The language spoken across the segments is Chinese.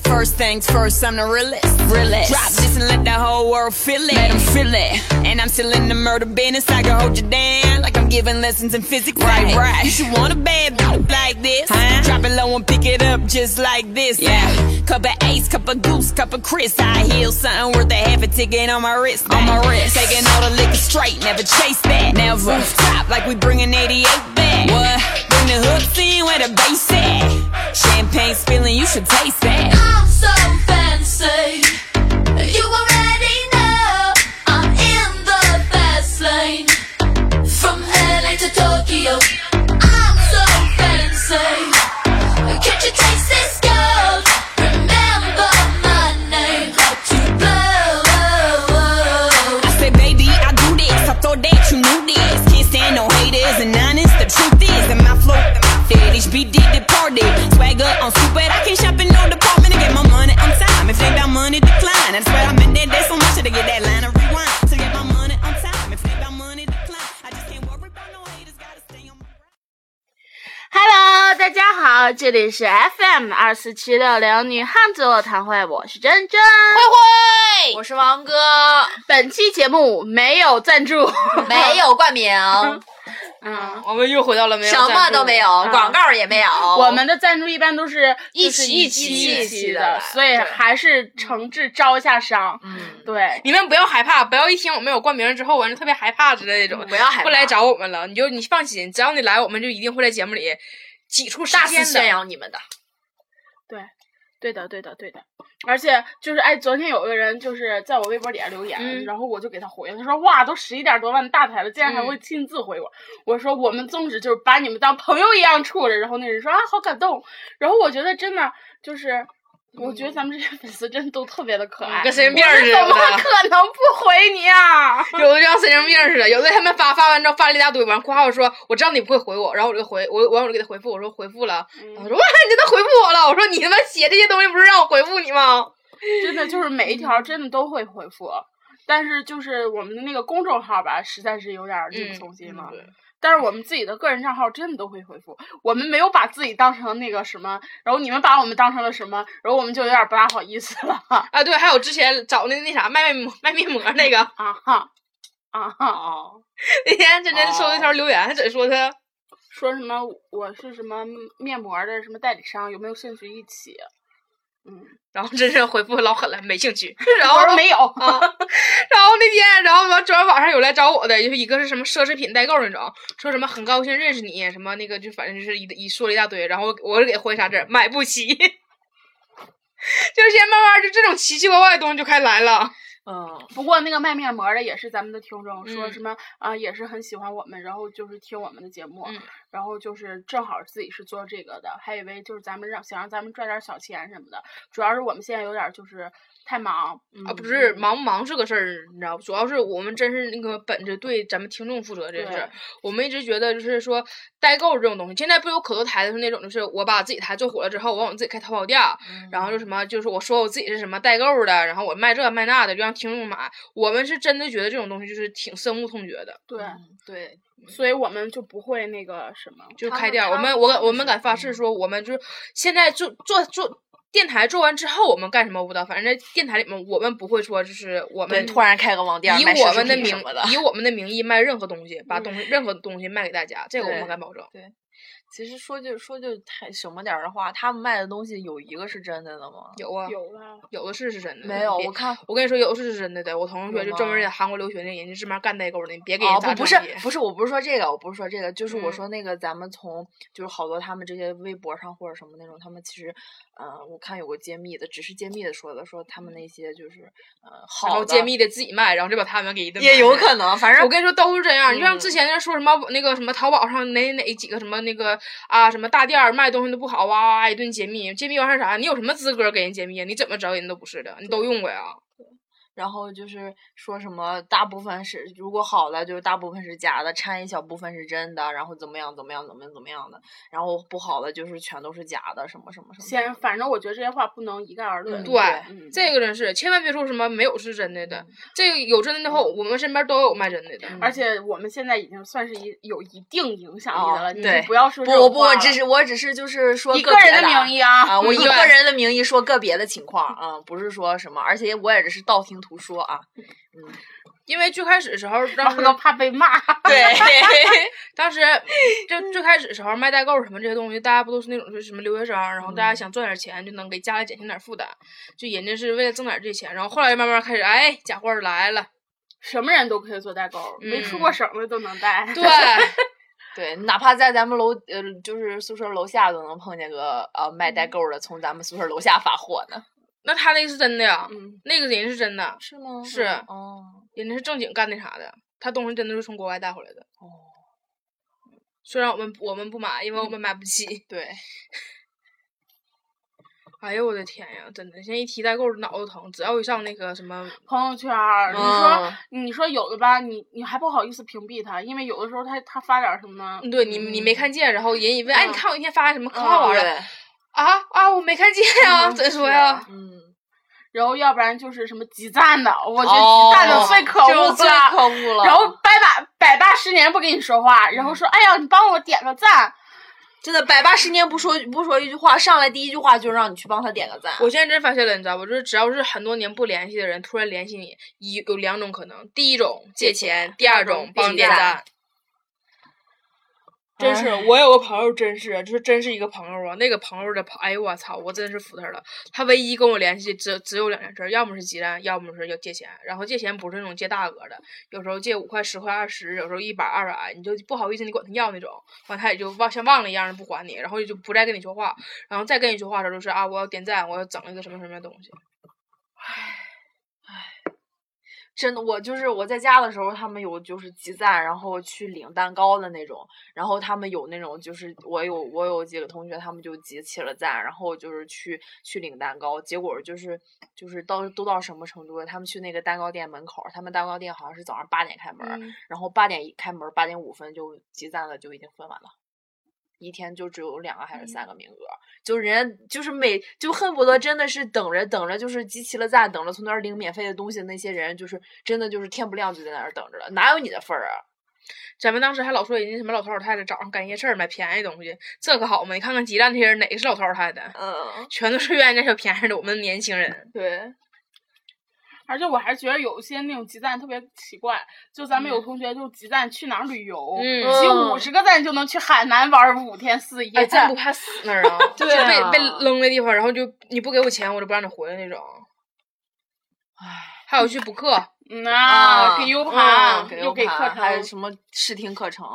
First things first, I'm the realest. realest. Drop this and let the whole world feel it. Let 'em feel it. And I'm still in the murder business. I can hold you down like I'm giving lessons in physics. Right, right. You should want a bad b- like this. Huh? Drop it low and pick it up just like this. Yeah. Cup of ace, cup of goose, cup of Chris. I heal something worth a half a ticket on my wrist. On my wrist. Taking all the liquor straight. Never chase that. Never. Stop like we bringing 88 back. What? Bring the hook in where the bass at. Champagne spilling, you should taste that. I'm so fancy. You already know I'm in the fast lane. From LA to Tokyo, I'm so fancy. Can't you taste this gold? Remember my name, like to oh, blow. I said, baby, I do this. I thought that you knew this. Can't stand no haters and honest. The truth is, in my flow, that HBD departed. Swagger on super, I can't shop in no department and get my money on time. If ain't about money, decline. That's what I'm in there. That's so much to get that line of rewind. To get my money on time. If ain't about money, decline. I just can't worry about no haters. Gotta stay on my grind. Hello，大家好，这里是 FM 二四七六零女汉子座谈会，我是珍珍。慧慧，我是王哥，本期节目没有赞助，没有冠名， 嗯，我们又回到了没有什赞么助都没有，嗯广告也没有。我们的赞助一般都是哦一就是期一一期一一期期的的，所以对还是诚挚招一下商。嗯，对，你们不要害怕，不要一听我们有冠名之后，完了特别害怕之类的那种，嗯不要害怕不来找我们了。你就你放心，只要你来，我们就一定会在节目里挤出时大间肆宣的。扬你们的，对的，对的，对的。而且就是哎，昨天有一个人就是在我微博底下留言，嗯然后我就给他回了，他说哇，都十一点多万大台了，竟然还会亲自回我。我说我们宗旨就是把你们当朋友一样处着。然后那人说啊，好感动。然后我觉得真的就是，我觉得咱们这些粉丝真的都特别的可爱。嗯跟神经病似怎么的，可能不回你啊？ 有的就像神经病似的，有的他们发发完之后发了一大堆，完夸我说我知道你不会回我，然后我就回我，完我就给他回复，我说回复了，嗯然后他说哇你真的回复我了，我说你他妈写这些东西不是让我回复你吗？真的就是每一嗯条真的都会回复，但是就是我们的那个公众号吧，实在是有点力不从心了。嗯对但是我们自己的个人账号真的都会回复，我们没有把自己当成那个什么，然后你们把我们当成了什么，然后我们就有点不大好意思了啊对，还有之前找那那啥卖面膜卖面膜那个，啊哈啊哈，哦，那天真真收到一条留言，他只说他说什么我是什么面膜的什么代理商，有没有兴趣一起？哦然后真是回复老狠了，没兴趣。然我后说没有，啊，然后那天，然后完，昨天晚上有来找我的，就是一个是什么奢侈品代购那种，说什么很高兴认识你，什么那个就反正就是一一说了一大堆，然后我给回啥字儿买不起， 就是现在慢慢就这种奇奇怪怪的东西就开始来了。嗯，不过那个卖面膜的也是咱们的听众，说嗯什么啊、也是很喜欢我们，然后就是听我们的节目，嗯然后就是正好自己是做这个的，还以为就是咱们让想让咱们赚点小钱什么的，主要是我们现在有点就是太忙，嗯啊，不是忙不忙是个事儿，你知道，主要是我们真是那个本着对咱们听众负责这件事儿，我们一直觉得就是说代购这种东西，现在不有可多台子是那种，就是我把自己台做火了之后，我往我自己开淘宝店儿，嗯然后就什么，就是我说我自己是什么代购的，然后我卖这卖那的，就让听众买。我们是真的觉得这种东西就是挺深恶痛绝的，对，对，所以我们就不会那个什么，就是他开们店儿。我他们们我真敢的我们是嗯敢发誓说，我们就是现在就做做电台做完之后，我们干什么我不知道，反正在电台里面我们不会说就是我对，们突然开个网店，以卖我奢侈们的品名什么的，嗯以我们的名义卖任何东西，把东西任何东西卖给大家，这个我们对敢保证。其实说句说句太什么点儿的话，他们卖的东西有一个是真的的吗？有啊，有了，有的是是真的。没有，嗯别我看我跟你说，有的是真的的。我同学有就专门吗在韩国留学那人家这边干代购的，你别给人哦家不砸不是场地不是，我不是说这个，我不是说这个，就是我嗯说那个咱们从就是好多他们这些微博上或者什么那种，他们其实呃，我看有个揭秘的，只是揭秘的说的，说他们那些就是呃嗯然好后的揭秘的自己卖，然后就把他们给一顿也骂有了可能，反正我跟你说都是这样，就像嗯之前那说什么那个什么淘宝上哪哪几个什么那个啊什么大店儿卖东西都不好，哇哇哇一顿揭秘，揭秘完事儿啥？你有什么资格给人揭秘啊？你怎么知道人都不是的？你都用过呀？然后就是说什么大部分是如果好了就是大部分是假的，掺一小部分是真的，然后怎么样怎么样怎么样怎么样的，然后不好的就是全都是假的，什么什么什么。先，反正我觉得这些话不能一概而论。嗯对嗯这个真是千万别说什么没有是真的的，这个有真的的话，我们身边都有卖真的的。嗯而且我们现在已经算是一有一定影响力的哦了，你对就不要说不这种不，话我了只是我只是就是说以个个别人的的名义义啊，啊，我嗯以对个人的名义说个别的情况啊，不是说什么，而且我也只是道听途说啊。因为最开始的时候，然当哦后时都怕被骂。对， 当时就最开始的时候卖代购什么这些东西，大家不都是那种就是什么留学生，然后大嗯家想赚点钱就能给家里减轻点负担，就人家是为了挣点这钱，然后后来慢慢开始，哎，假货儿来了， 什么人都可以做代购，没出嗯过省的都能带。 对，对，哪怕在咱们楼呃，就是宿舍楼下都能碰见个呃卖代购的，从咱们宿舍楼下发货呢。那他那个是真的呀， 嗯，那个人是真的，是吗？是哦，人家是正经干那啥的，他东西真的是从国外带回来的。哦，虽然我们我们不买，因为我们买不起。对，哎呦我的天呀，真的，现在一提代购脑子疼，只要一上那个什么，朋友圈儿，你嗯说你说有的吧，你你还不好意思屏蔽他，因为有的时候他他发点儿什么嗯呢？对你你没看见，然后人一问，哎，你嗯看我那天发什么可嗯好玩了、对啊啊，我没看见呀，嗯怎么说是呀？嗯，然后要不然就是什么集赞的，我觉得哦集赞的最可恶就了，最可恶了。然后百把百八十年不跟你说话，然后说哎呀你帮我点个赞，真的百八十年不说不说一句话，上来第一句话就让你去帮他点个赞。 我现在真发现了，你知道不？就是只要是很多年不联系的人突然联系你，一有两种可能：第一种借钱，第二种帮你借点钱赞。真是，我有个朋友，真是，就是真是一个朋友啊。那个朋友的朋，哎呦我操，我真是服他了。他唯一跟我联系只只有两件事，要么是急单，要么是要借钱。然后借钱不是那种借大额的，有时候借五块、十块、二十，有时候一百、二百，你就不好意思你管他要那种，完他也就忘像忘了一样的不还你，然后就不再跟你说话。然后再跟你说话的时候就是啊，我要点赞，我要整一个什么什么东西。真的，我就是我在家的时候，他们有就是集赞，然后去领蛋糕的那种，然后他们有那种就是我有我有几个同学，他们就集齐了赞，然后就是去去领蛋糕，结果就是就是到都到什么程度了？他们去那个蛋糕店门口，他们蛋糕店好像是早上八点开门，然后八点一开门，八点五分就集赞了，就已经分完了。一天就只有两个还是嗯三个名额，就是人家就是每就恨不得真的是等着等着，就是集齐了赞，等着从那儿领免费的东西的那些人，就是真的就是天不亮就在那儿等着了，哪有你的份儿啊？咱们当时还老说人家什么老头老太太早上干夜市儿买便宜东西，这可好嘛？你看看鸡蛋这些人哪个是老头老太太，嗯，全都是愿意占小便宜的我们年轻人。对，而且我还觉得有些那种集赞特别奇怪，就咱们有同学就集赞去哪儿旅游，嗯集五十个赞就能去海南玩五天四夜，哎，真不怕死那儿 啊！就对被啊被扔的地方，然后就你不给我钱，我就不让你回来那种。唉，还有去补课，嗯啊，啊给 U 啊盘、给又给课盘还有程，嗯什么试听课程，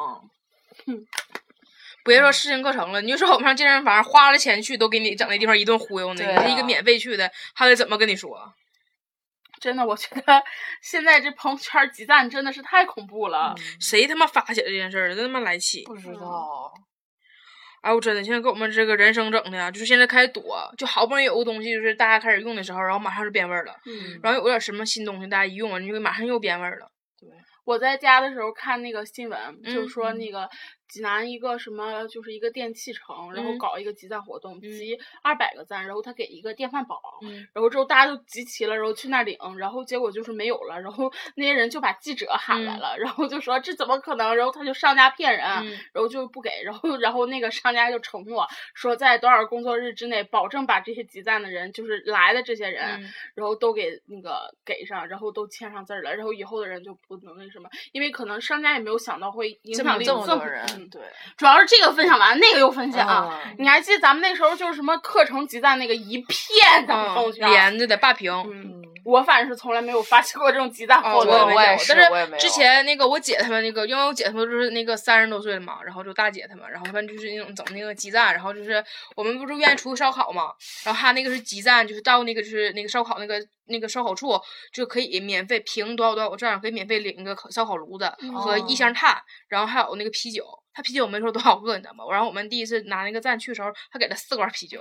别说试听课程了，你就说我们上健身房花了钱去，都给你整那地方一顿忽悠呢。对你是一啊个免费去的，还得怎么跟你说？真的，我觉得现在这朋友圈集赞真的是太恐怖了。谁他妈发起来这件事儿了？真他妈来气！啊不知嗯道，哎，我真的现在给我们这个人生整的呀，就是现在开始躲，就好不容易有个东西，就是大家开始用的时候，然后马上就变味儿了。嗯，然后有点什么新东西，大家一用完就马上又变味儿了。我在家的时候看那个新闻，就嗯说那个济南一个什么，就是一个电器城，然后嗯搞一个集赞活动，集二百个赞，然后他给一个电饭煲，嗯然后之后大家就集齐了，然后去那儿领，然后结果就是没有了，然后那些人就把记者喊来嗯了，然后就说这怎么可能，然后他就上家骗人，嗯然后就不给，然后然后那个商家就承诺说在多少工作日之内，保证把这些集赞的人，就是来的这些人，嗯然后都给那个给上，然后都签上字儿了，然后以后的人就不能那什么，因为可能商家也没有想到会影这响么力这么这多人，嗯对，主要是这个分享完，那个又分享。啊嗯你还记得咱们那时候就是什么课程集赞那个一片咱们朋友嗯，圈，连着的霸屏。啊嗯，嗯我反正是从来没有发起过这种集赞啊，活我动。哦我也也没是见过我也但没是之有前那个我姐他们那个，因为我姐他们都是那个三十多岁了嘛，然后就大姐他们，然后他们就是那种整那个集赞，然后就是我们不是愿意出去烧烤嘛，然后他那个是集赞，就是到那个就是那个烧烤那个那个烧烤处就可以免哦费凭多少多少个证儿，可以免费领一个烤烧烤炉子和一箱炭，然后还有那个啤酒。他啤酒没说多少个，你知道吗？然后我们第一次拿那个赞去的时候，他给了四罐啤酒。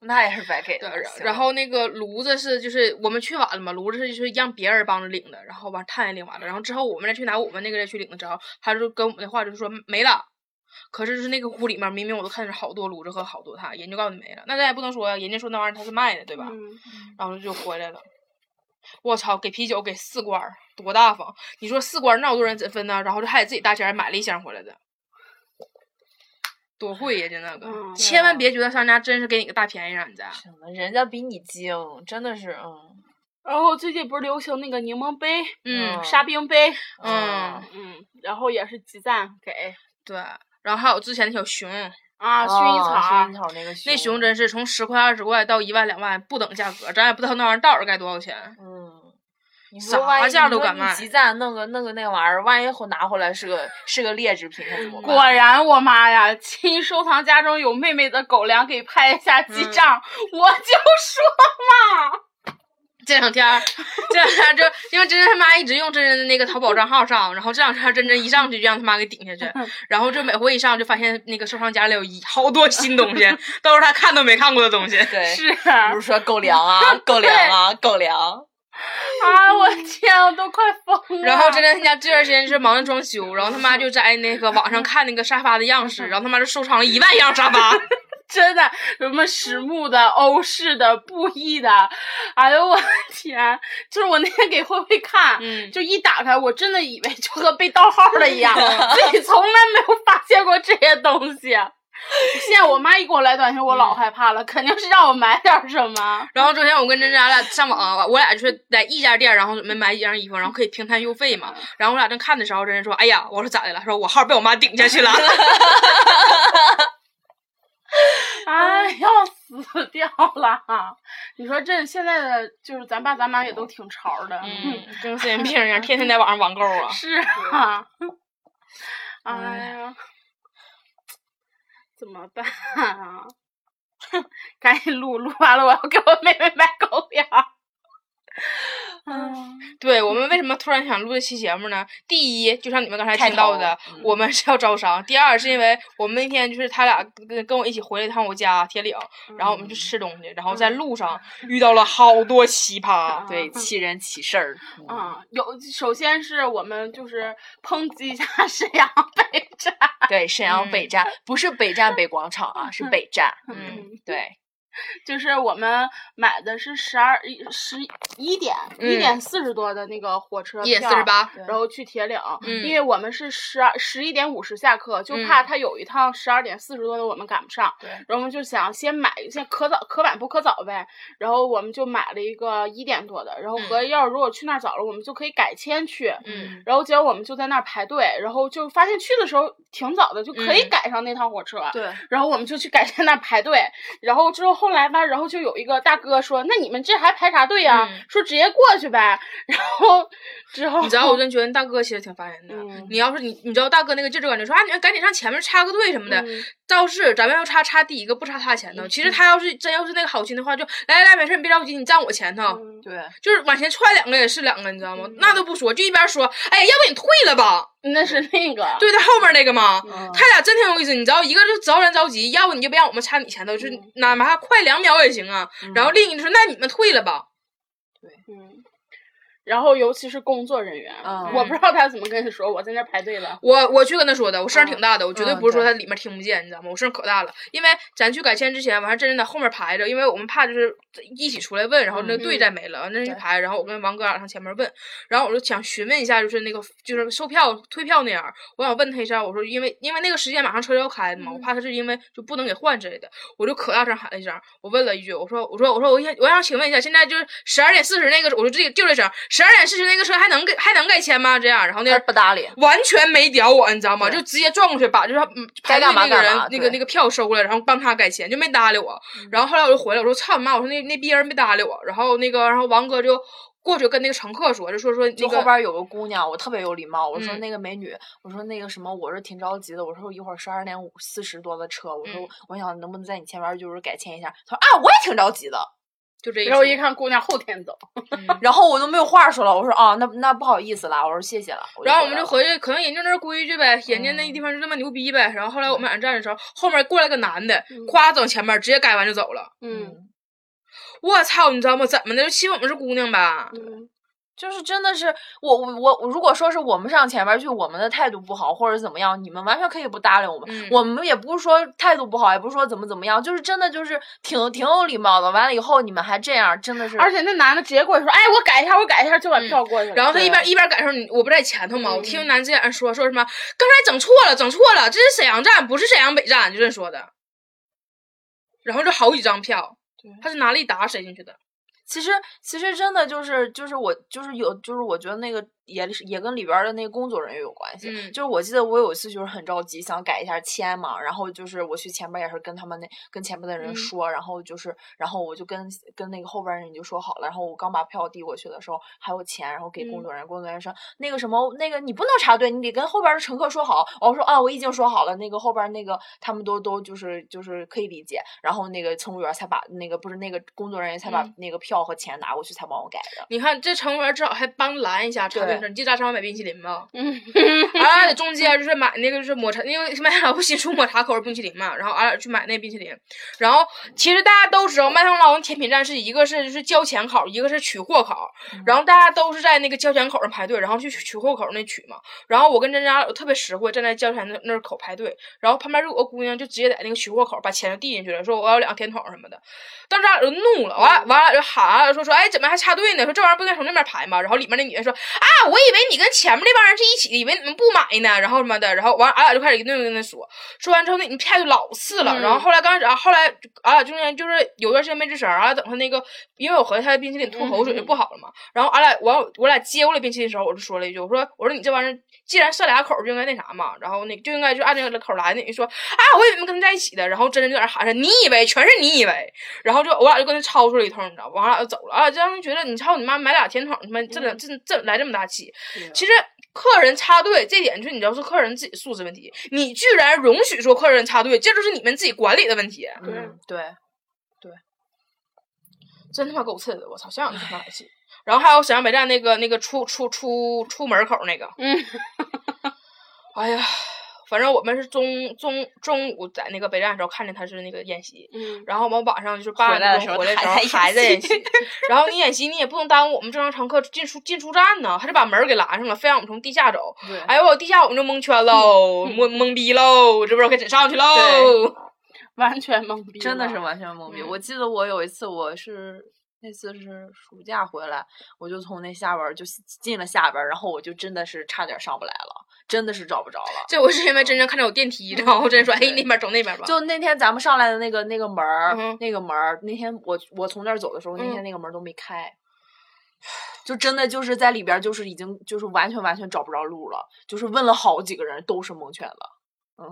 那也是白给的了对，然行然后那个炉子是就是我们去晚了嘛，炉子是就是让别人帮着领的，然后完炭也领完了，然后之后我们再去拿我们那个再去领的时候，他就跟我们的话就是说没了。可是就是那个屋里面，明明我都看着好多炉子和好多炭，人就告诉你没了。那咱也不能说呀，人家说那玩意儿他是卖的，对吧？嗯，然后就回来了。我操，给啤酒给四罐儿，多大方！你说四罐儿那么多人怎分呢？然后就还得自己搭钱儿买了一箱回来的，多贵呀！真那个，嗯千万别觉得商家真是给你个大便宜啊让你占。真的人家比你精，真的是，嗯然后最近不是流行那个柠檬杯、嗯沙冰杯，嗯，嗯，然后也是集赞给对。然后还有之前那小熊，啊，薰衣草啊薰啊衣，草那个熊，那熊真是从十块、二十块到一万、两万不等价格，咱也不知道那玩意儿到底该多少钱。嗯。你啥说万一价你都说敢你卖集赞弄个弄个那玩意儿，万一后拿回来是个是个劣质品，可怎么办？果然，我妈呀！亲收藏夹中有妹妹的狗粮，给拍一下记账。我就说嘛，这两天儿，这两天儿就因为真真他妈一直用真真的那个淘宝账号上，然后这两天儿真真一上去就让他妈给顶下去，然后就每回一上就发现那个收藏夹里有一好多新东西， 都是他看都没看过的东西。对，是不是说狗粮啊，狗粮啊，狗粮，啊，我天，我都快疯了。然后真真他家这段时间是忙着装修，然后他妈就在那个网上看那个沙发的样式，然后他妈就收藏了一万样沙发。真的什么实木的、欧式的、布艺的，哎呦我的天！就是我那天给慧慧看，嗯就一打开，我真的以为就和被盗号了一样，自己从来没有发现过这些东西。啊现在我妈一给我来短信，我老害怕了，肯定是让我买点什么。然后昨天我跟珍珍，咱俩上网，啊我俩就是在一家店，然后准备买一件衣服，然后可以平摊邮费嘛。然后我俩正看的时候，珍珍说：“哎呀，我说咋的了？”说我号被我妈顶下去了。 哎，要死掉了！你说这现在的就是咱爸咱妈也都挺潮的，嗯， 跟 神经病一样，天天在网上网购啊。是啊，哎呀，怎么办啊？ 赶紧录，录完了我要给我妹妹买狗粮。嗯，对我们为什么突然想录这期节目呢？第一，就像你们刚才听到的开头嗯，我们是要招商；第二，是因为我们那天就是他俩跟跟我一起回了一趟我家铁岭，然后我们去吃东西，然后在路上遇到了好多奇葩。对，奇人奇事儿，嗯，啊、有，首先是我们就是抨击一下 沈阳北站，对，沈阳北站不是北站北广场啊，是北站，嗯，对，就是我们买的是十二十一点一点四十多的那个火车一点票嗯四十八，对然后去铁岭，嗯因为我们是十二十一点五十下课，就怕他有一趟十二点四十多的我们赶不上，对然后我们就想先买，先可早可晚不可早呗，然后我们就买了一个一点多的，然后合计要是如果去那儿早了，我们就可以改签去。嗯，然后结果我们就在那儿排队，然后就发现去的时候挺早的，就可以嗯赶上那趟火车。对，然后我们就去改在那儿排队，然后之后后来吧，然后就有一个大哥说：“那你们这还排啥队呀、嗯说直接过去呗。”然后之后你知道，我真觉得大哥其实挺烦人的。嗯你要是你，你知道大哥那个劲儿就感觉说啊，你们赶紧上前面插个队什么的。嗯倒是咱们要插插第一个，不插他前头。其实他要是真要是那个好心的话，就来来来，没事，你别着急，你站我前头，嗯对，就是往前踹两个也是两个，你知道吗？那都不说，就一边说，哎，要不你退了吧？嗯那是那个对他后面那个嘛，嗯他俩真挺有意思。你知道，一个就着人着急，要不你就别让我们插你前头，嗯就是哪怕快两秒也行啊。然后另一个就说，那你们退了吧。嗯。然后尤其是工作人员，嗯我不知道他怎么跟你说，我在那儿排队了。我我去跟他说的，我声儿挺大的，我绝对嗯不是说对他里面听不见，你知道吗？我声儿可大了，因为咱去改签之前，完事儿真正在后面排着，因为我们怕就是一起出来问，嗯然后那个队再没了，完那一排，然后我跟王哥俩上前面问，然后我就想询问一下，就是那个就是售票退票那样儿，我想问他一下，我说因为因为那个时间马上车就要开了嗯嘛，我怕他是因为就不能给换之类的，我就可大声喊了一声，我问了一句，我说我说我说我想我想请问一下，现在就是十二点四十那个，我说这就这声，十二点四十那个车还能给还能给签吗？这样，然后那他人不搭理，完全没屌我，你知道吗？对就直接转过去把就是嗯该排队干嘛那个干人嘛那个对嗯那个票收过来，然后帮他改签，就没搭理我。然后后来我就回来，我说操你妈！我说那那逼人没搭理我。然后那个然后王哥就过去跟那个乘客说，就说说那就后个。边有个姑娘，我特别有礼貌，我说嗯那个美女，我说那个什么，我是挺着急的，我说一会儿十二点五四十多的车，我说嗯我想能不能在你前面就是改签一下，她说啊，我也挺着急的，就这一然后一出看姑娘后天走，嗯然后我都没有话说了，我说啊，那那不好意思啦，我说谢谢了。然后我们就就嗯回合计，可能人家那儿规矩嗯呗，人家那地方就那么牛逼呗。然后后来我们俩站的时候，后面过来个男的，嗯夸整前面，直接改完就走了。来了，嗯嗯，我操，你知道吗？怎么的？就欺负我们是姑娘吧？嗯，就是真的是我我我，我如果说是我们上前面去，我们的态度不好或者怎么样，你们完全可以不搭理我们。嗯我们也不是说态度不好，也不是说怎么怎么样，就是真的就是挺挺有礼貌的。完了以后你们还这样，真的是而且那男的直接过去说，哎，我改一下，我改一下，就把票过去了。然后他对一边一边感受你，我不在前头嘛，我听男之前说说什么，刚才整错了，整错了，这是沈阳站，不是沈阳北站，就这说的。然后这好几张票，他是拿了一沓塞进去的。其实其实真的就是就是我就是有就是我觉得那个也是也跟里边儿的那个工作人员有关系。嗯就是我记得我有一次就是很着急想改一下签嘛，然后就是我去前边也是跟他们那跟前边的人嗯说，然后就是然后我就跟跟那个后边人就说好了，然后我刚把票递过去的时候还有钱，然后给工嗯作人员，工作人员说那个什么那个你不能插队，你得跟后边的乘客说好。我说啊我已经说好了，那个后边那个他们都都就是就是可以理解，然后那个乘务员才把那个不是那个工作人员才把嗯那个票和钱拿过去才帮我改的。你看这乘务员至少还帮拦一下插对队车，你记得咱上回买冰淇淋吧？ 嗯，俺俩在啊中间就是买那个就是抹茶，因为麦当劳不新出抹茶口味冰淇淋嘛，然后俺俩去买那冰淇淋。然后其实大家都知道，麦当劳跟甜品站是一个是就是交钱口，一个是取货口，然后大家都是在那个交钱口上排队，然后去取货口那取嘛。然后我跟甄家特别实惠，站在交钱那那儿口排队，然后旁边有个姑娘就直接在那个取货口把钱就递进去了，说我要两个甜筒什么的。当时俺俩就怒了，完了完了就喊俺俩说说，哎，怎么还插队呢？说这玩意儿不应该从那边排吗？然后里面那女的说，啊，我以为你跟前面那帮人是一起的，以为你们不买呢。然后什么的，然后完了，俺俩就开始一顿跟他说，说完之后那你骗就老次了。然后后来刚开始，啊后来俺俩中间就是有段时间没吱声，俺俩等他那个，因为我合计他的冰淇淋吐口水就不好了嘛。然后俺俩完我俩接过来冰淇淋的时候，我就说了一句，我说我说你这玩意儿。既然算俩口儿就应该那啥嘛，然后那就应该就按这个口儿来。那你说啊，我以为你们跟他在一起的，然后真真就在那喊上，你以为全是你以为，然后就我俩就跟他吵出了一通，你知道吧？我俩就走了啊，这让人觉得你操你妈买俩甜筒，他妈这这这来这么大气。其实客人插队这点，就你知道是客人自己素质问题，你居然容许说客人插队，这就是你们自己管理的问题，对嗯，对，真他妈够次的！我操，想想就他妈来气。然后还有沈阳北站那个那个出出出出门口那个，嗯， 哎呀，反正我们是中中中午在那个北站的时候看见他是那个演习，嗯，然后我们晚上就是八回来的点时钟候回来的时候还在还在演演习， 然后你演习你也不能耽误我们正常乘客进出进出站呢，还是把门儿给拦上了，非让我们从地下走。对哎呦，我地下我们就蒙圈 喽，蒙蒙逼喽，这不是该真上去喽对？完全懵逼了，真的是完全懵逼。嗯我记得我有一次，我是那次是暑假回来，我就从那下边儿就进了下边儿，然后我就真的是差点上不来了，真的是找不着了。这我是因为真正看见有电梯，然后真说，哎，嗯对那边走那边吧。就那天咱们上来的那个那个门儿、嗯哼那个门儿，那天我我从那儿走的时候，那天嗯那个门儿都没开，就真的就是在里边儿就是已经就是完全完全找不着路了，就是问了好几个人都是蒙圈了。嗯，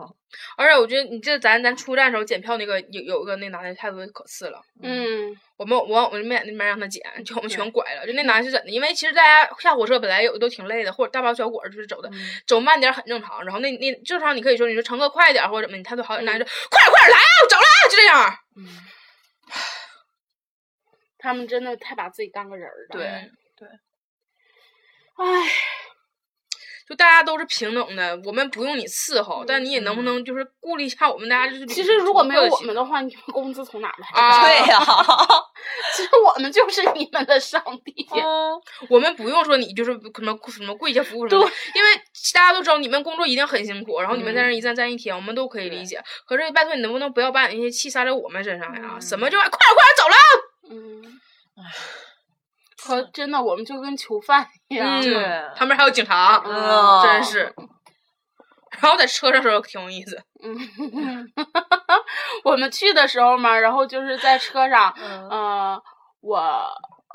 而且我觉得你这咱咱出站的时候检票那个有有一个那男的态度可次了。嗯，我们我我就没在那边让他捡，就我们全拐了。就那男的是怎的？因为其实大家下火车本来有的都挺累的，或者大包小裹就是嗯走的，嗯走慢点儿很正常。然后那那正常你可以说你说乘客快点儿或者怎么，你态度好点儿，嗯男的说快点儿快点儿来啊，我走了啊，就这样。他们真的太把自己当个人儿了。对嗯唉，就大家都是平等的，我们不用你伺候，但你也能不能就是顾虑一下我们大家就是嗯其实如果没有各我性们的话，你们工资从哪来？啊，对呀、其实我们就是你们的上帝。嗯我们不用说你就是什么什么跪下服务什么的，因为大家都知道你们工作一定很辛苦，然后你们在嗯那儿一站站一天，我们都可以理解。可是拜托你能不能不要把你那些气撒在我们身上嗯呀？什么就快点快点走了，嗯，可真的，我们就跟囚犯一样。嗯，对啊旁边还有警察，嗯真是。 然后在车上的时候挺有意思，嗯，我们去的时候嘛，然后就是在车上，嗯呃，我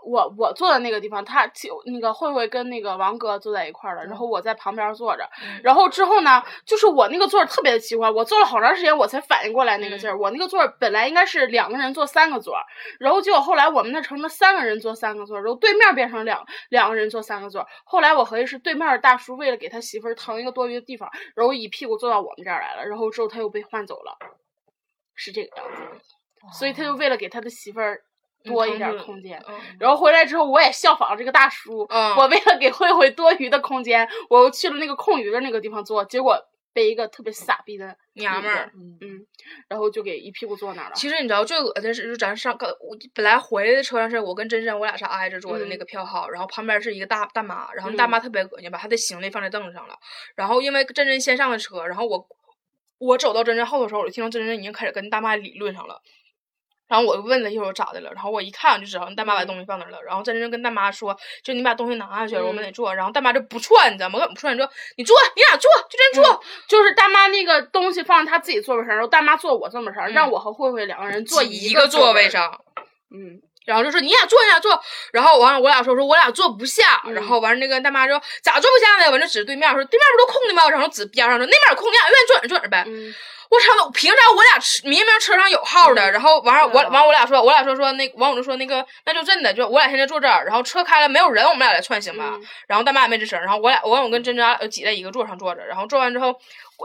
我我坐的那个地方，他就那个慧慧跟那个王哥坐在一块儿了，然后我在旁边坐着，然后之后呢，就是我那个座儿特别的奇怪，我坐了好长时间我才反应过来那个劲儿，我那个座儿本来应该是两个人坐三个座儿，然后结果后来我们那成了三个人坐三个座儿，然后对面变成两两个人坐三个座儿，后来我合计是对面的大叔为了给他媳妇儿腾一个多余的地方，然后一屁股坐到我们这儿来了，然后之哦后他又被换走了，是这个样子。所以他就为了给他的媳妇儿多一腾点出空间。嗯然后回来之后，我也效仿这个大叔，嗯我为了给慧慧多余的空间，我又去了那个空余的那个地方坐，结果被一个特别傻逼的娘们儿。嗯，嗯，然后就给一屁股坐那儿了。其实你知道最恶心是，就是咱上刚我本来回来的车上是我跟真真我俩是挨着坐的那嗯个票号，然后旁边是一个大大妈，然后大嗯妈特别恶心，把她的行李放在凳子上了。然后因为真真先上的车，然后我我走到真真后头的时候，我就听到真真已经开始跟大妈理论上了。然后我就问她一会儿咋的了，然后我一看就知道，大妈把东西嗯放那儿了。然后真真跟大妈说，就你把东西拿下去，我们嗯得坐。然后大妈就不劝，你知道吗？根本不劝，说你坐，你俩坐，就这嗯样坐。就是大妈那个东西放她自己座位上，然后大妈坐我座位上，嗯让我和慧慧两个人坐一个座位位。上，嗯，然后就说你俩坐，你俩坐。然后完了，我俩说说我俩坐不下。嗯然后完了，那个大妈说咋坐不下呢？完了指对面说对面不都空的吗？然后指边上说那边空，你俩愿意坐哪儿坐哪儿呗。嗯我操！我凭啥我俩吃明明车上有号的？然后完了，我对啊完我俩说我俩说说那完我就说那个那就真的就我俩现在坐这儿，然后车开了没有人，我们俩来串行吧。嗯然后大妈也没吱声，然后我俩我完我跟珍珍俩挤在一个座上坐着，然后坐完之后，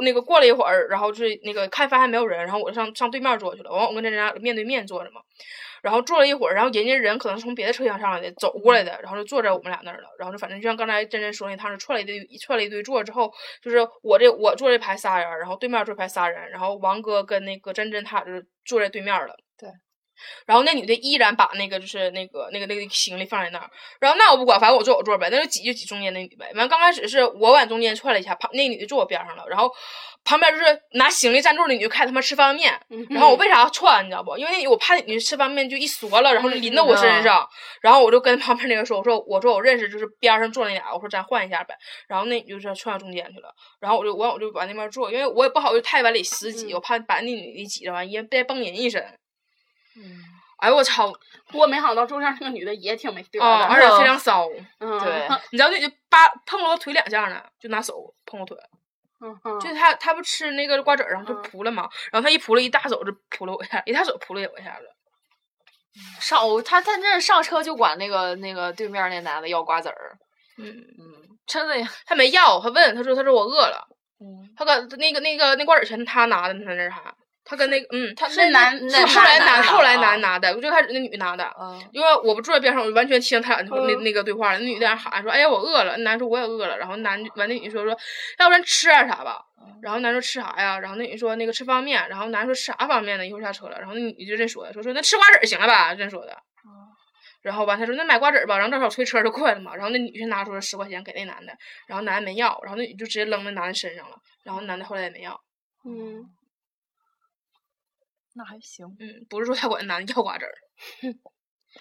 那个过了一会儿，然后就是那个看发现没有人，然后我就上上对面坐去了，完我跟珍珍俩面对面坐着嘛，然后坐了一会儿，然后人家人可能是从别的车厢上来的走过来的，然后就坐在我们俩那儿了，然后就反正就像刚才珍珍说那趟是串了一堆串了一堆座之后，就是我这我坐这排仨人儿，然后对面坐这排仨人儿，然后王哥跟那个珍珍他俩就是坐在对面儿了。对。然后那女的依然把那个就是那个那个那个行李放在那儿，然后那我不管，反正我坐我座儿呗，那就挤就挤中间那女呗。完刚开始是我往中间窜了一下，旁那女的坐我边上了，然后旁边就是拿行李占座儿的女就开始他妈吃方便面，嗯然后我为啥啊窜，你知道不？因为那女我怕那女吃方便面就一缩了，然后就淋到我身上，然后我就跟旁边那个说，我说我说我认识就是边上坐那俩，我说咱换一下呗。然后那女就是窜到中间去了，然后我就完我就往那边坐，因为我也不好就太往里死挤，嗯我怕把那女的挤着完，一人再蹦人一身。哎呦我操！不过没想到中间那个女的也挺没辙啊，的，而且非常骚。嗯， 对你知道那就扒碰了我腿两下呢，就拿手碰我腿，嗯嗯，就他他不吃那个瓜子儿，然后就嗯扑了嘛，然后他一扑了一大手就扑了我一下，一大手扑了我一下子。上我他他那上车就管那个那个对面那男的要瓜子儿，嗯，嗯，真的呀，嗯他没要，他问，他说他说我饿了，他跟那个那个那瓜子儿钱他拿的，他在那儿还，他跟那个嗯，他是跟男是那后来男男的后来啊男拿的，我最开始那女拿的，嗯，因为我不坐在边上，我就完全听他俩那、那嗯那个对话了。那女的在那喊说：“哎呀，我饿了。”那男说：“我也饿了。”然后男完那女说说：“要不然吃点啥吧？”然后男说：“吃啥呀？”然后那女说：“那个吃方便。”然后男说：“吃啥方便呢？一会儿下车了。”然后那女就这说的，说说那吃瓜子儿行了吧？这说的。然后完，他说那买瓜子儿吧，然后正好推车就过来了嘛。然后那女就拿出了十块钱给那男的，然后男的没要，然后那女就直接扔在男的身上了。然后男的后来也没要，嗯，那还行。嗯，不是说他管那男的要瓜子儿，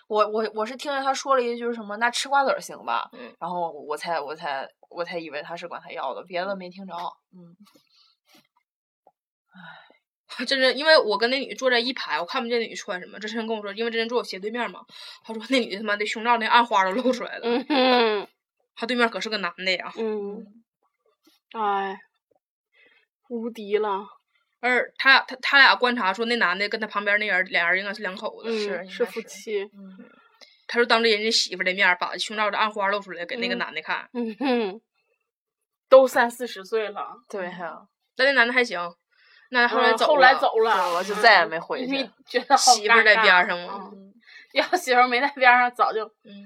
我我我是听着他说了一句什么，那吃瓜子儿行吧？嗯然后我才我才我才以为他是管他要的，别的没听着。嗯， 真真，因为我跟那女坐在一排，我看不见那女穿什么。真真跟我说，因为真真坐我斜对面嘛，她说那女他妈的胸罩那暗花都露出来了，嗯嗯她对面可是个男的呀。嗯，哎，无敌了，而他他他俩观察说，那男的跟他旁边那人俩人应该是两口子。嗯是应是该夫是妻，嗯，他说当着人家媳妇儿的面儿把胸罩的暗花露出来给那个嗯男的看，嗯哼，都三四十岁了，对呀，但那男的还行，那后来嗯走后来走了，走了就嗯再也没回因为去觉得好媳妇儿尴在尬边上嘛嗯 要媳妇儿没在边上，早就嗯，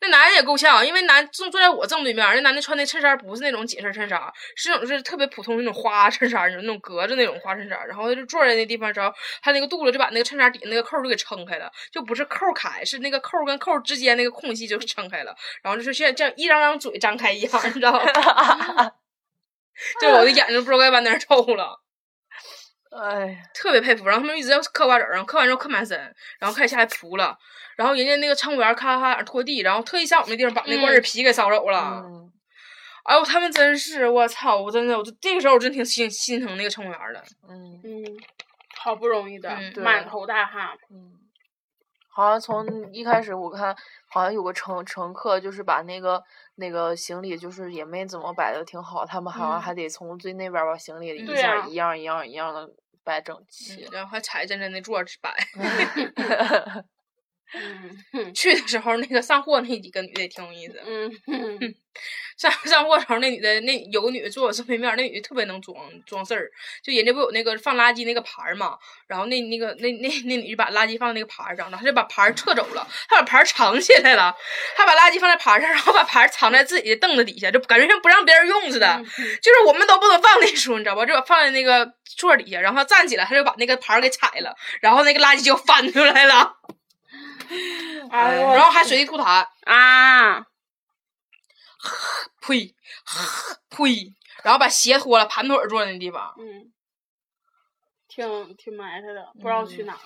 那男的也够呛，因为男正坐在我正对面，那男的穿的衬衫不是那种紧身衬衫，是那种就是特别普通那种花衬衫，那种格子那种花衬衫。然后他就坐在那地方之后，他那个肚子就把那个衬衫底下那个扣儿就给撑开了，就不是扣儿开，是那个扣儿跟扣儿之间那个空隙就是撑开了，然后就是像像一张张嘴张开一样，你知道吗？ 就我的眼睛不知道该往哪儿瞅了。哎，特别佩服。然后他们一直要嗑瓜子儿，然后嗑完之后嗑满身，然后开始下来扑了。然后人家那个乘务员咔咔咔拖地，然后特意上我们那地方把那瓜子皮给扫走了。嗯，哎呦，他们真是我操！我真的，我就这个时候我真挺心心疼那个乘务员的。嗯嗯，好不容易的、嗯对满头大汗，嗯，好像从一开始我看，好像有个乘乘客就是把那个那个行李就是也没怎么摆的挺好，他们好像嗯还得从最那边儿把行李一对下啊儿一样儿一样儿一样的摆整齐。然后还踩真真的座儿摆，嗯 去的时候，那个上货那几个女的也挺有意思。嗯嗯上上货的时候，那女的那有个女的坐我正对面，那女的特别能装装事儿。就人家不有那个放垃圾那个盘儿嘛，然后那那个那那那女就把垃圾放在那个盘儿上，然后她就把盘儿撤走了，她把盘儿藏起来了，她把垃圾放在盘儿上，然后把盘儿藏在自己的凳子底下，就感觉像不让别人用似的。嗯 就是我们都不能放那书，你知道吧？就把放在那个座底下，然后她站起来，她就把那个盘儿给踩了，然后那个垃圾就翻出来了，哎呦然后还随地吐痰。啊！呸， 呸，然后把鞋脱了，盘腿儿坐那地方，嗯，挺挺埋汰的，不知道嗯去哪儿。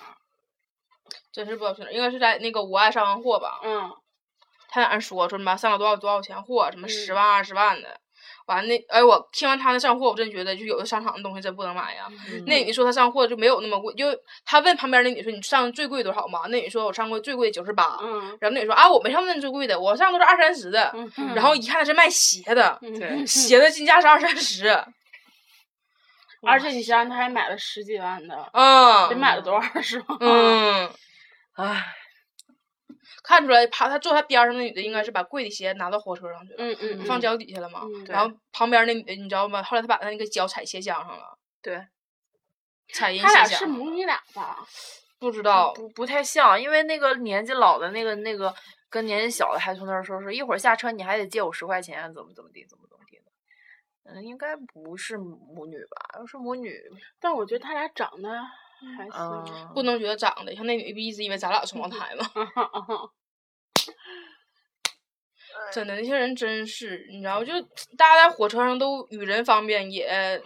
真是不知道去哪儿，应该是在那个我爱上完货吧，嗯他在那儿说说什么上了多少多少钱货，什么嗯十万二十万的，完那哎我听完他那上货，我真觉得就有的商场的东西真不能嗯买呀。嗯嗯那你说他上货就没有那么贵，就他问旁边那女说你上最贵多少嘛？那女说我上过最贵九十八，嗯然后那女说啊我没上那最贵的，我上都是二三十的，嗯，然后一看是卖鞋的，嗯对鞋的进价是二三十，而且你想想，他还买了十几万的，嗯，得买了多少是吗？嗯。唉，看出来，爬他坐他边儿上那女的应该是把贵的鞋拿到火车上去了， 嗯嗯，放脚底下了嘛。嗯然后旁边那女的你知道吗？后来他把他那个脚踩鞋箱上了，对，踩人他俩鞋是箱母上了，女俩吧？不知道。不不太像，因为那个年纪老的那个那个跟年纪小的还从那儿说说，一会儿下车你还得借我十块钱，啊怎么怎么地，怎么怎么地的。嗯，应该不是母女吧？要是母女，但我觉得他俩长得还嗯行。，不能觉得长得像那女的，一直以为咱俩是双胞胎嘛。 嗯真的，那些人真是，你知道，就大家在火车上都与人方面也。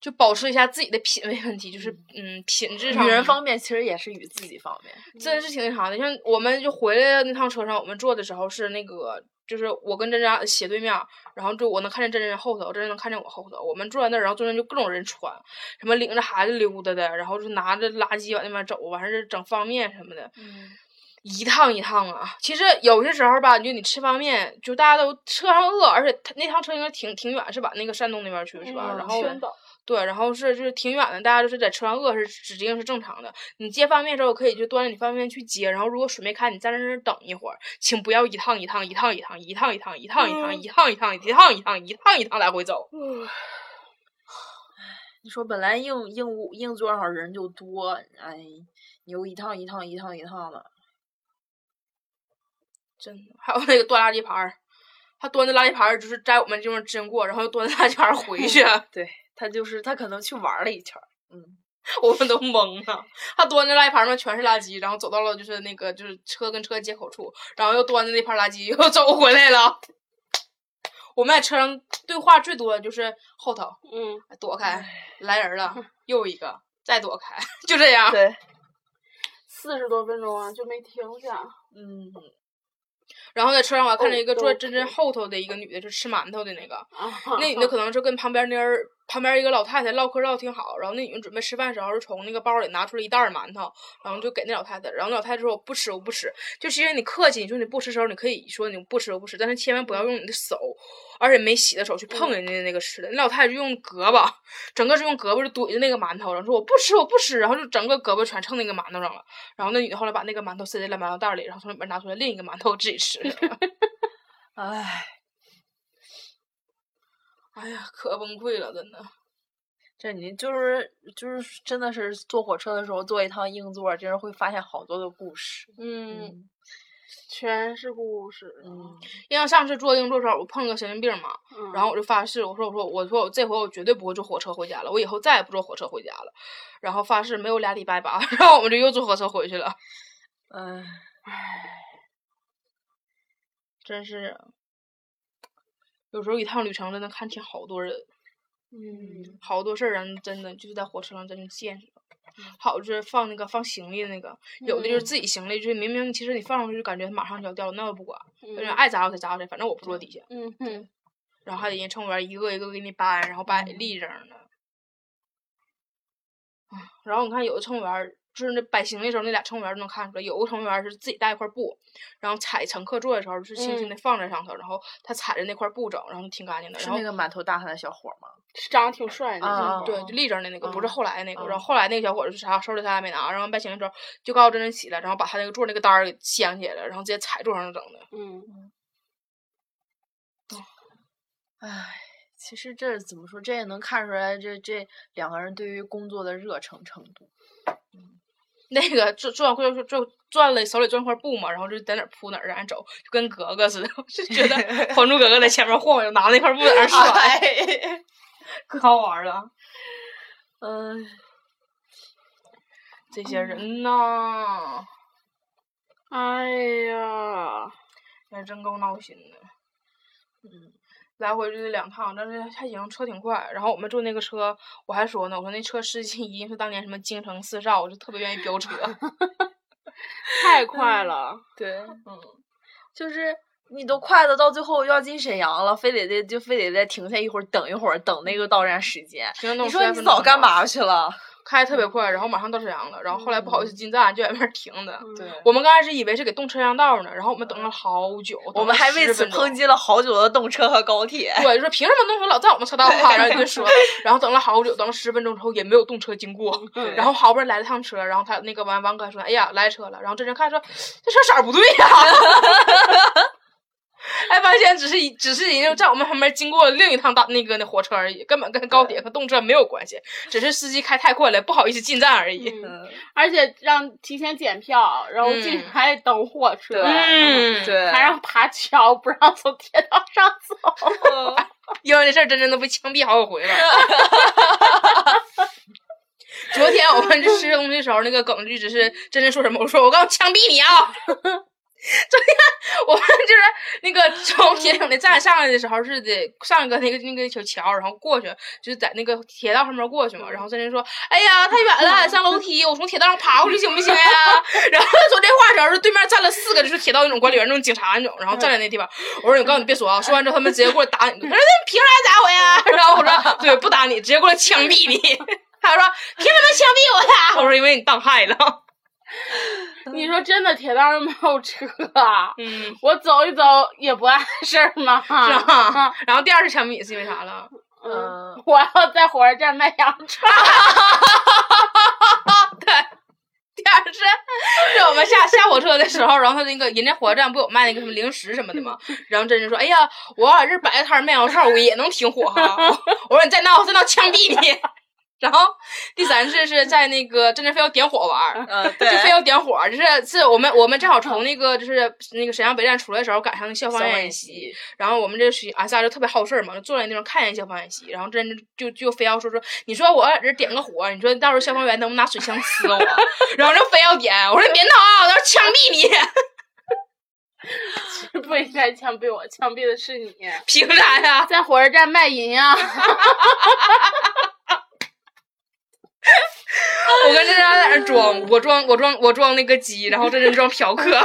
就保持一下自己的品味问题，就是嗯，品质上与人方面其实也是与自己方面。真是挺那啥的。像我们就回来那趟车上，我们坐的时候是那个，就是我跟珍珍斜对面儿，然后就我能看见珍珍后头，珍珍能看见我后头。我们坐在那儿，然后中间就各种人穿，什么领着孩子溜达的，然后就拿着垃圾往那边走，完事儿整方便面什么的。嗯一趟一趟啊，其实有些时候吧，你就你吃方便面，就大家都车上饿，而且他那趟车应该挺挺远，是吧？那个山东那边去是哎吧？嗯然后宣对，然后是就是挺远的，大家就是在车上饿是指定是正常的。你接方便面的时候可以就端着你方便面去接，然后如果水没开，你在那儿等一会儿，请不要一趟一趟一趟一趟一趟一趟一趟一趟一趟一趟一趟一趟一趟一趟来回走。你说本来硬硬屋硬座上人就多，哎，你又一趟一趟一趟一趟的，真的，还有那个端垃圾盘儿，他端着垃圾盘儿就是在我们这边经过，然后又端着垃圾盘儿回去，对他就是他可能去玩儿了一圈儿，嗯， 我们都懵了。他端着垃圾盘儿上全是垃圾，然后走到了就是那个就是车跟车接口处，然后又端着那盘垃圾又走回来了。我们在车上对话最多的就是后头嗯，躲开，来人了，又一个，再躲开， 就这样。对，四十多分钟啊，就没停下。啊嗯，然后在车上我还看见一个哦坐都真真后头的一个女的，就吃馒头的那个，那那女的可能是跟旁边那人旁边一个老太太唠嗑唠挺好，然后那女的准备吃饭的时候，就从那个包里拿出了一袋儿馒头，然后就给那老太太，然后那老太太说我不吃我不吃，就是因为你客气，你说你不吃的时候，你可以说你不吃我不吃，但是千万不要用你的手，而且没洗的手去碰人家的那个吃的，那老太太就用胳膊，整个是用胳膊就怼着那个馒头，然后说我不吃我不吃，然后就整个胳膊全蹭那个馒头上了，然后那女的后来把那个馒头塞进了馒头袋里，然后从里边拿出来另一个馒头自己吃 了。哎，哎呀，可崩溃了，真的。这你就是就是真的是坐火车的时候坐一趟硬座儿，真是会发现好多的故事，嗯，全是故事啊。嗯，因为上次坐硬座的时候，我碰了个神经病嘛，嗯然后我就发誓，我说我说我说我这回我绝对不会坐火车回家了，我以后再也不坐火车回家了。然后发誓没有俩礼拜吧， 然后我们就又坐火车回去了，哎，真是。有时候一趟旅程真的看清好多人，嗯好多事儿，人真的就是在火车上真的见识了。好就是放那个放行李的那个，有的就是嗯自己行李，就是明明其实你放上去就感觉马上就要掉了，那我不管，嗯有人爱砸我谁砸我谁，反正我不坐底下。嗯嗯然后还得人乘务员一个一个给你搬，嗯然后把你立正的。啊然后你看有的乘务员儿就是那摆行李的时候，那俩乘务员就能看出来，有个乘务员是自己带一块布，然后踩乘客座的时候是轻轻的放在上头，然后他踩着那块布整，然后挺干净的。嗯是然后那个满头大汗的小伙儿吗？长得挺帅的嗯啊那啊种，对，就立正的那个，不是嗯后来那个。嗯然后后来那个小伙儿是啥手里他也没拿，然后搬行李之后就告诉真真起来，然后把他那个座儿那个单儿给掀起来了，然后直接踩桌上整的。嗯，唉，其实这怎么说，这也能看出来这这两个人对于工作的热诚程度。那个转转会就就转了手里攥块布嘛，然后就在哪儿扑哪儿然后走，就跟格格似的， 我就 觉得《还珠格格》在前面晃悠，拿那块布在啊那儿甩，可好玩了。嗯，这些人呐，哎呀，也真够闹心的。嗯，来回就是两趟，但是还行，车挺快。然后我们坐那个车，我还说呢，我说那车司机一定是当年什么京城四少，我就特别愿意 飙车。太快了，对，嗯，就是你都快的到最后要进沈阳了，非得得就非得再停下一会儿，等一会儿，等那个到站时间。行，那你我说15你分早钟干吧？嘛去了？开特别嗯快，然后马上到沈阳了，然后后来不好意思进站，就在那儿停的。嗯对我们刚开始以为是给动车上道呢，然后我们等了好久，我们还为此抨击。击了好久的动车和高铁。对，就说凭什么动车老在我们车道啊？然后就 说，然后等了好久，等了十分钟之后也没有动车经过，嗯 然后好不容易来了趟车，然后他那个王王哥说，哎呀来车了，然后这人看说这车色儿不对呀、 哎，发现只是一只是人家在我们旁边经过了另一趟大那个那火车而已，根本跟高铁和动车没有关系，只是司机开太快了，不好意思进站而已。嗯，嗯，而且让提前检票，然后进去嗯还得等火车，嗯对，还让爬桥，不让从铁道上走，因为这事儿真真都被枪毙好几回了。 昨天我们吃东西的时候，那个耿直只是真真说什么，我说我告诉枪毙你啊！ 昨天我们就是那个从铁岭的站上来的时候，是得上一个那个那个小桥，然后过去，就是在那个铁道上面过去嘛。然后真真说：“哎呀，太远了，上楼梯，我从铁道上爬过去行不行呀、然后说这话的时候，是对面站了四个就是铁道那种管理员、那种警察那种，然后站在那地方。我说：“我告诉你别说啊！”说完之后，他们直接过来打你，他说：“那凭啥打我呀？”然后我说：“对，不打你，直接过来枪毙你。” 他说：“凭什么枪毙我呀？”我说：“因为你当害了。你说真的，铁道上没有车啊”？嗯，我走一走也不碍事儿吗？是是吧？然后第二次枪毙你是因为啥了？嗯，嗯，我要在火车站卖羊串，对。第二次是我们下下火车的时候，然后他那个人家火车站不有卖那个什么零食什么的吗？然后真人说：“哎呀，我往这儿摆个摊儿卖羊串儿，我也能挺火哈。”我说：“你再闹，再闹，枪毙你！” 然后第三次是在那个真真非要点火玩儿，嗯， 就非对，要点火，就是是我们我们正好从那个就是那个沈阳北站出来的时候，赶上那消防消防演演习习，然后我们这学俺仨就特别好事儿嘛，就坐在那地方看人消防演习，然后真就就就非要说说，你说我在这点个火，你说到时候消防员能不能拿水枪呲我？啊 然后就非要点，我说别闹啊，我到时候枪毙你， 不应该枪毙我，枪毙的是你，凭啥呀？ 在火车站卖淫啊！我跟真真在那儿装，我装我装我装那个鸡，然后真真装嫖客， 因为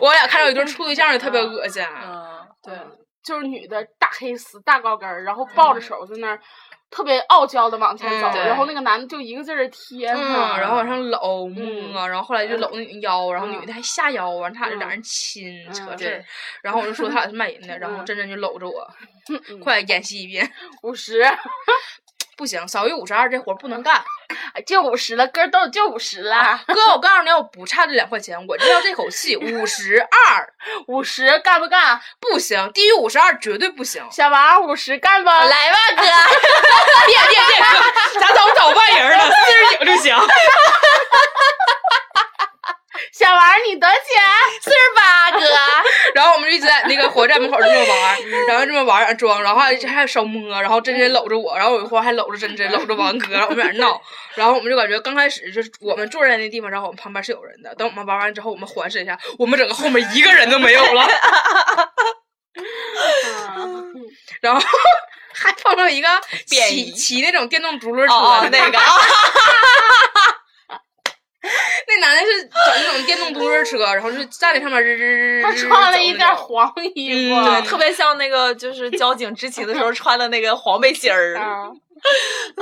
我俩看到有对处对象就特别恶心。啊嗯，对，就是女的大黑丝大高跟儿，然后抱着手在那儿。特别傲娇的往前走，嗯对然后那个男的就一个劲儿的贴她，嗯，然后往上搂，嗯嗯啊，然后后来就搂那女腰，然后女的还下腰，完他俩就嗯俩人亲扯嗯事儿对，然后我就说他俩是卖淫的，然后嗯真真就搂着我， 快演习一遍，五十，不行，少于五十二这活儿不能干。哎就五十了，哥儿都就五十了，哥，我告诉你，我不差这两块钱，我就要这口气，五十二五十干不干？不行，低于五十二绝对不行。小王五十干吧，来吧，哥， 别别别，哥，咱都找外人了，四十九就行，小王你多少嗯钱？四十八，哥。然后我们就一直在那个火车站门口这么玩儿，然后这么玩儿啊装，然后还还手摸，然后真真搂着我，然后有一会儿还搂着真真，搂着王哥，然后我们俩闹，然后我们就感觉刚开始就是我们坐在那地方，然后我们旁边是有人的，等我们玩完之后，我们环视一下，我们整个后面一个人都没有了，然后还碰到一个便骑宜骑那种电动独轮车哦的哦，那个，啊那男的是整那种电动独轮车，然后是站在上面吱吱吱他吱，穿了一件红。黄衣服，嗯特别像那个就是交警执勤的时候穿的那个黄背心儿。啊，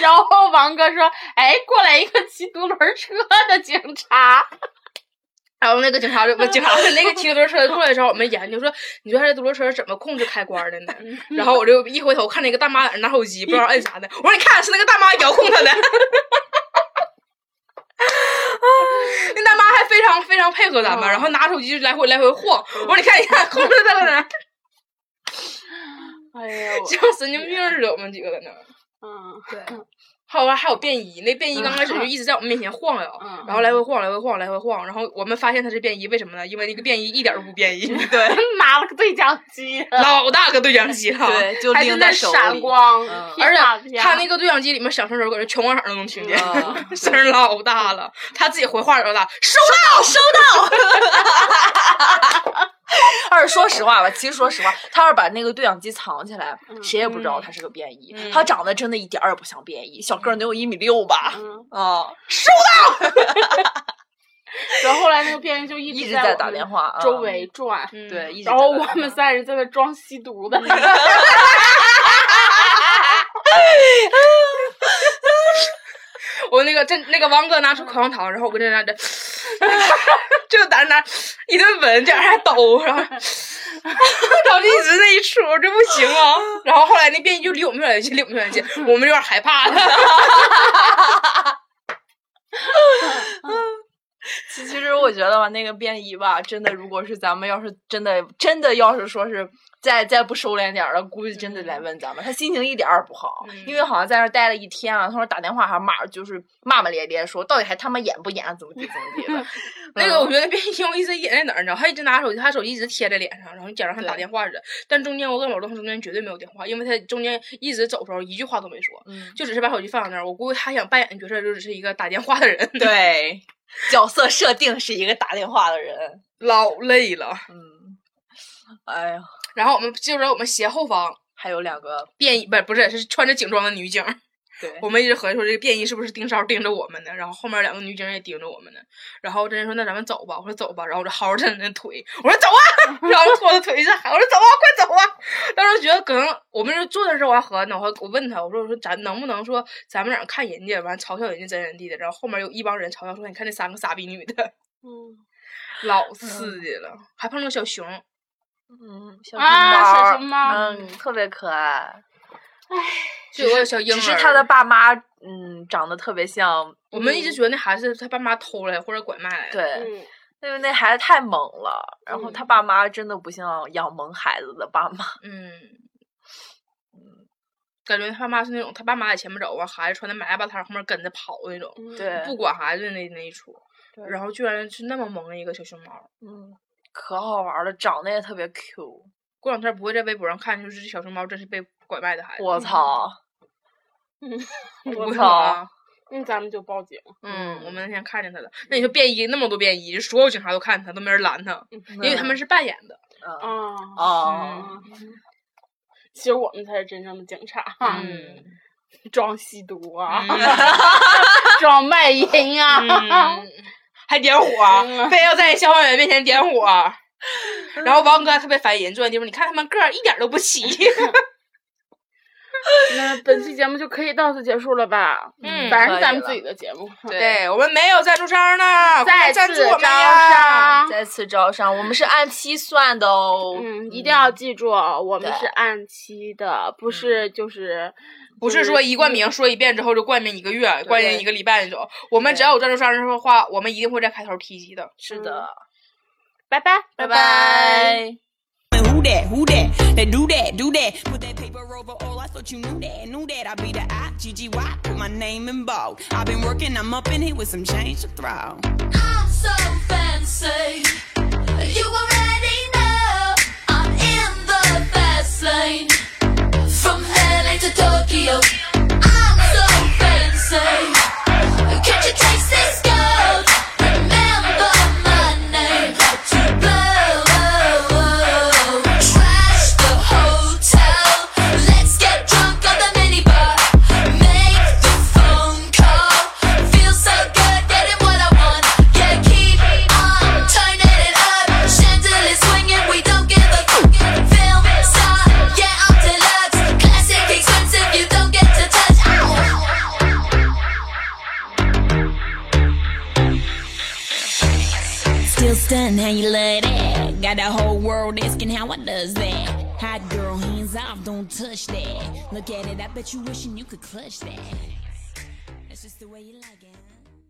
然后王哥说：“哎，过来一个骑独轮车的警察。然后那个警察就不警察那个骑独轮车过来之后，我们研究说，你说他这独轮车是怎么控制开关的呢？然后我就一回头看那个大妈在那拿手机，不知道摁啥呢。我说你看是那个大妈遥控他的。那大妈还非常非常配合咱们，然后拿手机就来回来回晃。我说你看你看控制他了呢，”哎呦，像神经病似的，我们几个在那儿。嗯对，还有还有便衣，那便衣刚开始就一直在我们面前晃悠，嗯然后来回晃，来回晃，来回晃，然后我们发现它是便衣，为什么呢？因为那个便衣一点儿都不便衣，对，拿了个对讲机，老大个对讲机了，对，就还在拎那在手闪里。光，嗯噼而啪且啪。他那个对讲机里面响声儿，我感觉全广场都能听见，啊 声儿老大了。他自己回话老大，收到，收他是说实话吧，其实说实话，他要是把那个对讲机藏起来，谁也不知道他是个便衣。嗯他长得真的一点儿也不像便衣，小个儿能有一米六吧？嗯，啊，然后后来那个便衣就一一直直在我打们电话啊周围转，嗯对，一直然后在我打们三人在那装吸毒的，我那个这那个王哥拿出口香糖，然后我跟这拿着， 就在那拿一顿闻，这样还抖，然后 然后就一直那一出，这不行啊。然后后来那便衣就离我们越来越近，离我们越来越近，我们有点害怕了。其其实我觉得吧，那个便衣吧，真的，如果是咱们要是真的真的要是说是再再不收敛点儿了，估计真的来问咱们。他心情一点儿也不好，因为好像在那儿待了一天啊。他说打电话还骂，就是骂骂咧咧说，到底还他妈演不演啊，怎么地怎么地 的。嗯那个我觉得便衣挺有意思，一点在哪儿，你知道？他一直拿手机，他手机一直贴在脸上，然后假装还打电话似的。但中间我跟老邓中间绝对没有电话，因为他中间一直走的时候一句话都没说，嗯，就只是把手机放在那儿。我估计他想扮演的角色就只是一个打电话的人， 对，角色设定是一个打电话的人。老累了。嗯，哎呀，然后我们就是我们斜后方还有两个便衣，不是不是是穿着警装的女警儿。对我们一直合计说这个便衣是不是盯梢盯着我们呢？然后后面两个女警也盯着我们呢。然后真人说那咱们走吧，我说走吧。然后我就薅着他那腿，我说 走啊，然后拖着腿上喊我说走啊，快走啊。当时觉得可能我们就坐那时候我还合呢，我还我问他我说我说咱能不能说咱们俩看人家完嘲笑人家真人地的，然后后面有一帮人嘲笑说你看那三个傻逼女的， 嗯老刺激了，还碰到小熊。嗯小啊小熊熊猫嗯，特别可爱。就有个小婴儿，只嗯是他的爸妈，嗯，长得特别像，我们一直觉得那孩子他爸妈偷来或者拐卖来的。对，嗯，因为那孩子太猛了，然后他爸妈真的不像养萌孩子的爸妈。嗯，感觉他爸妈是那种他爸妈也前不着啊，孩子穿的麻把摊后面跟着跑那种，嗯，对，不管孩子那那一出对。然后居然是那么萌的一个小熊猫，嗯，可好玩了，长得也特别 Q。过两天不会在微博上看，就是这小熊猫真是被拐卖的孩子。 我操！不我可能啊！那咱们就报警。嗯，我们那天看见他了。那你说便衣那么多便衣，所有警察都看他，都没人拦他，因为他们是扮演的。嗯啊哦，嗯，其实我们才是真正的警察，嗯装吸 毒啊，嗯装卖淫啊，嗯，还 点火啊 嗯，非要在消防员面前点火。然后王哥还特别烦人，坐在地方，你看他们个儿一点都不齐。那本期节目就可以到此结束了吧？嗯反可正是以咱们了自己的节目。对我们没有赞助商呢，再快赞次助招我们呀！商，再次招商，我们是按批算的哦。嗯，一定要记住，哦我们对是按期的，不是就是不是说一冠名说一遍之后就冠名一个月，冠名一个礼拜那种。我们对只要有赞助商的话，我们一定会在开头提及的。是的，嗯拜拜，拜拜。 And Who that? Who that? They do that, do that. Put that paper over all. I thought you knew that, knew that. I be the I G G Y. Put my name in bold. I've been working. I'm up in here with some change to throw. I'm so fancy. You already know I'm in the fast lane. From LA to Tokyo, I'm so fancy. Can't you taste this gold? Remember my name. Blow, trash the hotel. Let's get drunk on the minibar. Make the phone call. Feel so good, getting what I want. Yeah, keep on turning it up. Chandelier swinging, we don't give a. Film star, yeah, I'm deluxe. Classic, expensive, you don't get to how you love that. Got the whole world asking how I does that. Hot girl, hands off, don't touch that. Look at it, I bet you wishing you could clutch that. That's just the way you like it. huh?